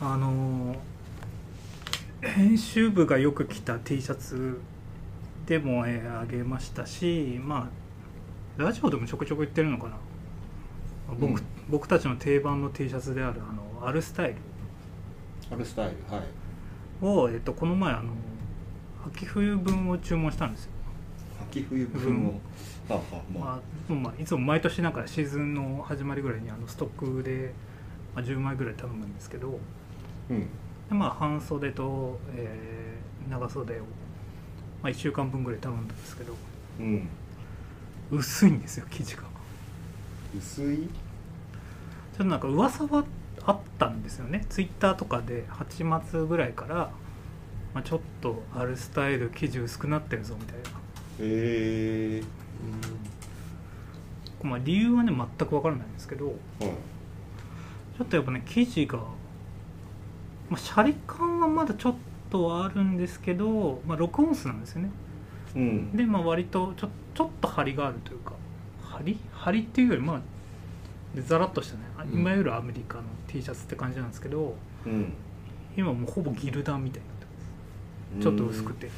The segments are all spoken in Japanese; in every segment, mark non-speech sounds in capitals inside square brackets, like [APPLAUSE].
あの編集部がよく着た T シャツでも、えーあげましたしまあラジオでもちょくちょく言ってるのかな僕,、うん僕たちの定番の T シャツであるあのアルスタイあるスタイルはいルを、えっと、この前あの秋冬分を注文したんですよ、秋冬分を、はあはあままあもうまあ、いつも毎年なんかシーズンの始まりぐらいにあのストックで、まあ、10枚ぐらい頼むんですけど、あうんでまあ半袖と、えー長袖を、まあ、1週間分ぐらい頼んだんですけどうん薄いんですよ生地がちょ薄いっとなんか噂はあったんですよねツイッターとかで8月ぐらいから、まあ、ちょっとあるスタイル生地薄くなってるぞみたいな、えまあ、理由はね全く分からないんですけどえはいちょっとやっぱね生地が、まあ、シャリ感はまだちょっとはあるんですけど、まあ、6オンスなんですよねうんでまあ割とちょちょっと張りがあるというか張り張りっていうよりまあでザラっとしたねあうん今よりアメリカの T シャツって感じなんですけどうん今もうほぼギルダーみたいになってますちょっと薄くうんてうん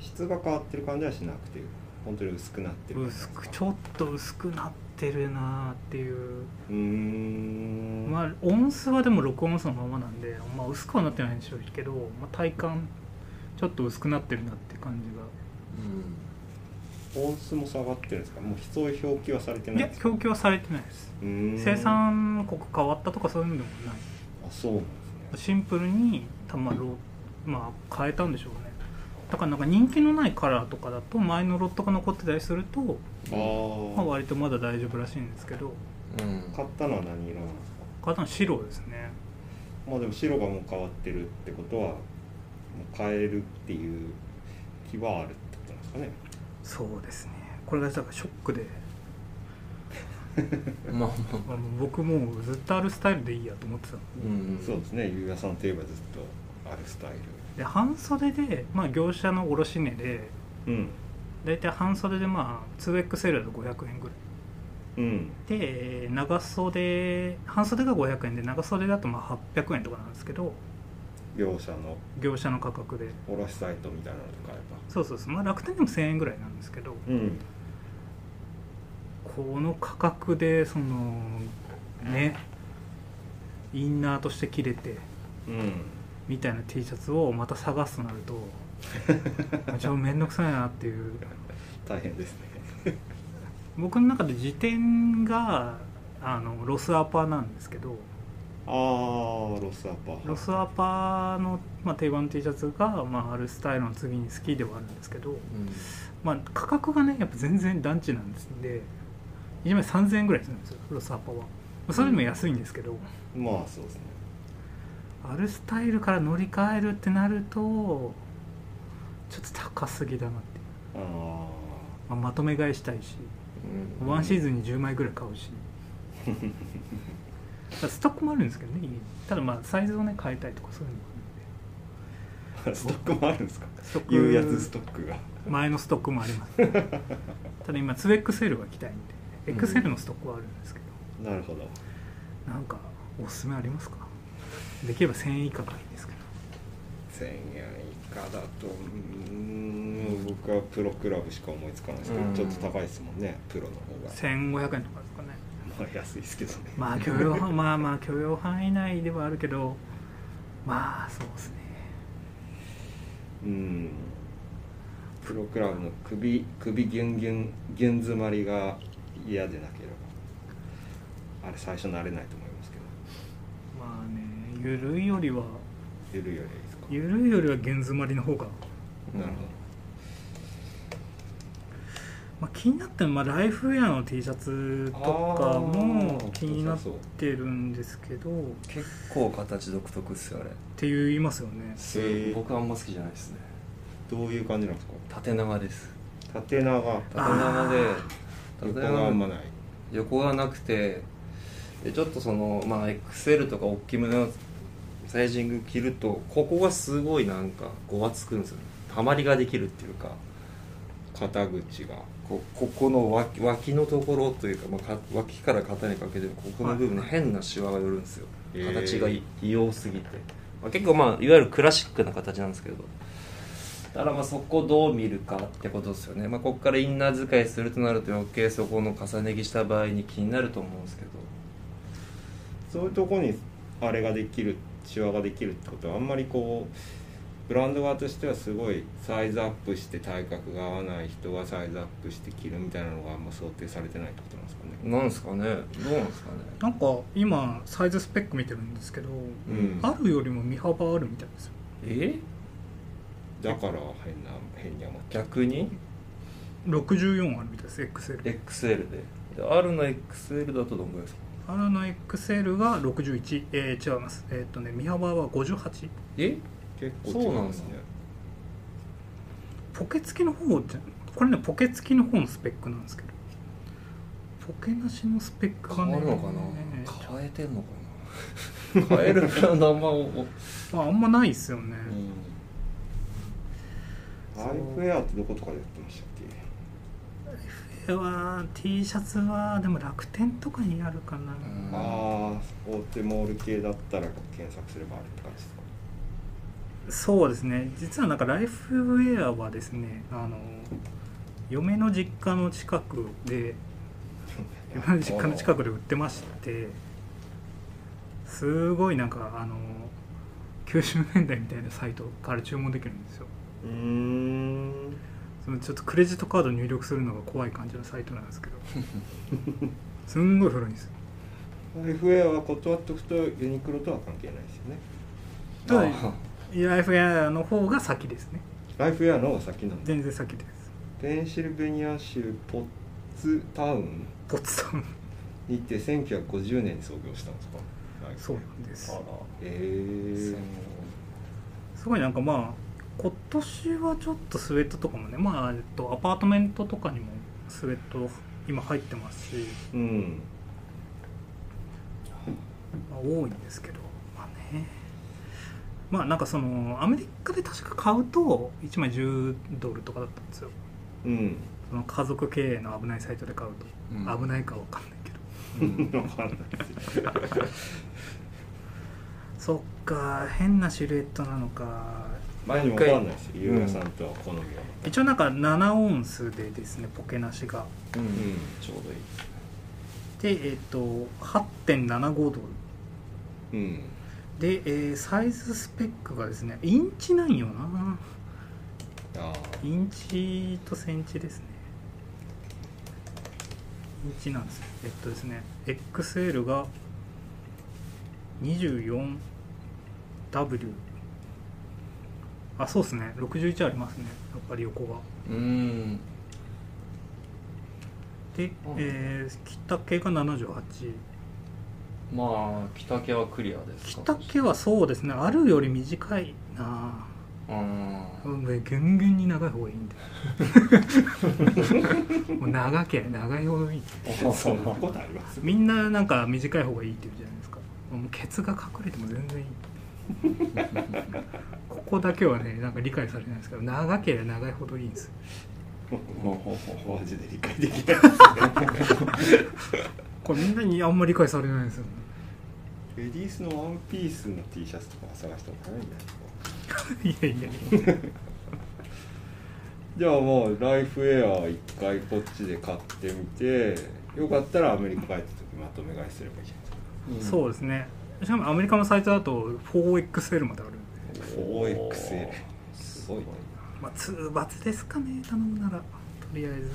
質が変わってる感じはしなくて本当に薄くなってる感じです薄かくちょっと薄くなってるなーっていううーんまあ音数はでも録音数のままなんで、まあ、薄くはなってないんでしょうけど、まあ、体感ちょっと薄くなってるなって感じが音数も下がってるんですかもうそういう表記はされてないいんやですか供給はされてないですうーん生産国変わったとかそういうのでもないあそうなんですシねンプルにたまろまあ変えたんでしょうねだからなんか人気のないカラーとかだと前のロットが残ってたりすると、あーまあ、割とまだ大丈夫らしいんですけどうん買ったのは何色なんですか型の白ですねまあでも白がもう変わってるってことはもう変えるっていう気はあるってことなんですかねそうですねこれがだからショックで、まあまあまあ僕もうずっとあるスタイルでいいやと思ってたのうんそうですねゆうやさんといえばずっとあるスタイで半袖で、まあ、業者の卸値でルうん大体半袖でまあ 2XL だと500円ぐらいうんで長袖半袖が500円で長袖だとまあ800円とかなんですけど業者の業者の価格で卸サイトみたいなのとかあればそうそうそう、まあ、楽天でも1000円ぐらいなんですけどうんこの価格でそのねインナーとして切れてうんみたいな T シャツをまた探すとなるとちょっと面倒くさいなっていう大変ですね [LAUGHS] 僕の中で辞典があのロスアパなんですけどああロスアパロスアパの、まあ、定番の T シャツが、まあ、あるスタイルの次に好きではあるんですけど、うんまあ、価格がねやっぱ全然団地なんですんで1枚3000円ぐらいするんですよロスアパはまあそれでも安いんですけど、まあそうですねアルスタイルから乗り換えるってなるとちょっと高すぎだなっていう、ああまあ、まとめ買いしたいしうんワンシーズンに10枚ぐらい買 [LAUGHS] うしまあストックもあるんですけどね家にただまあサイズをね変えたいとかそういうのもストックもあるんですかあるんでストック言うやつストックが前のストックもあります [LAUGHS] ただ今 2XL が来たいんでうん XL のストックはあるんですけど、なるほどなんかおすすめありますかできれば1000円以下がいいんですけど1000円以下だとうーん僕はプロクラブしか思いつかないですけど、うんちょっと高いですもんねプロの方が1500円とかですかねまあ安いですけどねまあ許容範まあまあ許容範囲内ではあるけどまあそうですねうんプロクラブの首首ギュンギュンギュン詰まりが嫌でなければあれ最初慣れないと思いますけどまあねゆるいよりはゆるよりはいいですかゆるいよりは弦詰まりの方が、なるほまあ、気になってるのは、まあ、ライフウェアの T シャツとかもあー気になってるんですけどっ結構形独特っすよあれて言いますよねへー僕あんま好きじゃないですねどどういう感じなんですか縦長です縦長縦長で横があんまない横がなくてでちょっとそのまあ XL とか大きめのサイジング着るとここがすごいなんかごわつくんですよねはまりができるっていうか肩口がこうここの脇脇のところというか,、まあ、か脇から肩にかけてここの部分に変なシワが寄るんですよ、へー形がい異様すぎて、まあ、結構まあいわゆるクラシックな形なんですけどだからまあそこをどう見るかってことですよね、まあ、ここからインナー使いするとなると余計そこの重ね着した場合に気になると思うんですけどそういうとこにあれができるシワができるってことはあんまりこうブランド側としてはすごいサイズアップして体格が合わない人がサイズアップして着るみたいなのがあんま想定されてないってことなんですかねなんですかねどうなんですかねなんか今サイズスペック見てるんですけど、うんあるよりも身幅あるみたいですよえだから変な変に余っちゃ逆に64あるみたいです XL XL でで R の XL だとどんぐらいですか R の XL が61えー違いますえーっとね身幅は58えう結構そうなんでですすねねポケ付きの方じゃこれねポケ付きの方のスペックなんですけどポケなしのスペックが変ねわるのかな変えてんのかな変えるブランドあんまおまあ、あんまないですよね、うんアイフェアってどことかでやってましたっけこれは T シャツはでも楽天とかにあるかな、うんああ大手モール系だったら検索すればあるって感じですかそうですね実はなんかライフウェアはですねあの嫁の実家の近くで嫁の実家の近くで売ってましてすごいなんかあの90年代みたいなサイトから注文できるんですようーんそのちょっとクレジットカード入力するのが怖い感じのサイトなんですけ [LAUGHS] どすんごい古いんですよアイフェアは断っとくとユニクロとは関係ないですよねただあーライフウェアの方が先ですねライフウェアの方が先なんで全然先ですペンシルベニア州ポッツタウンポツさんにて1950年に創業したんですかそうなんですあらへえすごいなんかまあ今年はちょっとスウェットとかもねまあ、えっと、アパートメントとかにもスウェット今入ってますし、うんまあ、多いんですけどまあねまあなんかそのアメリカで確か買うと1枚10ドルとかだったんですようんその家族経営の危ないサイトで買うと、うん危ないかわかんないけどうん分かんないですよそっか変なシルエットなのか前にも分かんないですよ優也さんとは好みが一応なんか7オンスでですねポケなしがうんちょうどいいでえっと8.75ドルうんで、えーサイズスペックがですねインチなんよなああインチとセンチですねインチなんですえっとですね XL が 24W あそうですね61ありますねやっぱり横がうんで、うんえー、着丈が78まあ着丈はクリアです着か丈はそうですねあるより短いなうんうんねギュンギュンに長い方がいいん [LAUGHS] だよもう長けりゃ長い方がいいそんなことありますみんななんか短い方がいいって言うじゃないですかもうケツが隠れても全然いい [LAUGHS] ここだけはねなんか理解されないんですけど長ければ長いほどいいんですよマジで理解できないこれみんなにあんまり理解されないんですよねレディースのワンピースの T シャツとか探した方がいいんじゃないですか [LAUGHS] いやいやじゃあもうライフウェア一回こっちで買ってみてよかったらアメリカ帰った時まとめ買いすればいいじゃないそうですねしかもアメリカのサイトだと 4XL まであるんで、ですか 4XL すごいねまあ、通罰ですかね頼むならとりあえず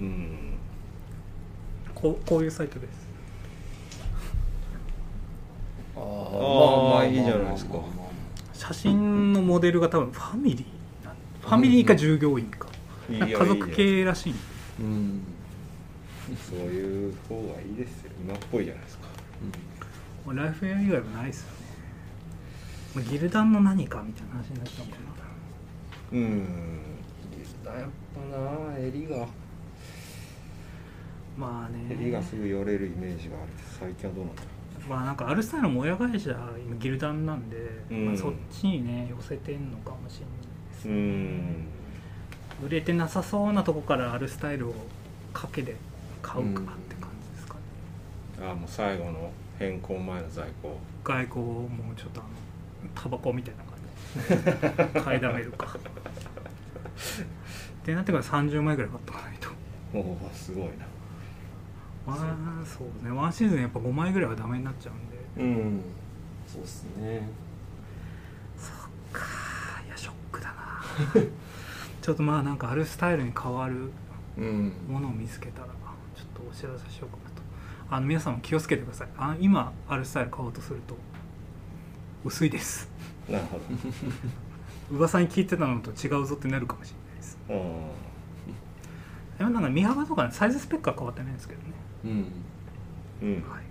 うんこうこういうサイトですあーあまあいいじゃないですかまあまあまあ写真のモデルが多分ファミリーなんファミリーか従業員かいいなんよか家族いいよ系らしいうんそういう方がいいですよ今っぽいじゃないですかうんもうライフウェア以外はないですよねまあギルダンの何かみたいな話になっちゃうもんなうんやっぱな襟がまあね襟がすぐよれるイメージがあるけど最近はどうなんだろまあなんかアルスタイルも親会社今ギルダンなんで、うんまあ、そっちにね寄せてんのかもしれないですううん売れてなさそうなとこからあるスタイルを賭けで買うかって感じですかね、ああもう最後の変更前の在庫外交もちょっとあのタバコみたいな感じで [LAUGHS] 買いだめるかってなってから30枚ぐらい買っとかないとおおすごいなまあそうねワンシーズンやっぱ5枚ぐらいはダメになっちゃうんでうんそうですねそっかいやショックだな [LAUGHS] ちょっとまあなんかあるスタイルに変わるうんものを見つけたらちょっとお知らせしようかなとあの皆さんも気をつけてくださいあ今あるスタイル買おうとすると薄いです [LAUGHS] なるほど噂に聞いてたのと違うぞってなるかもしれないです [LAUGHS] うんでもなんか身幅とかねサイズスペックは変わってないんですけどね、ううんんはい、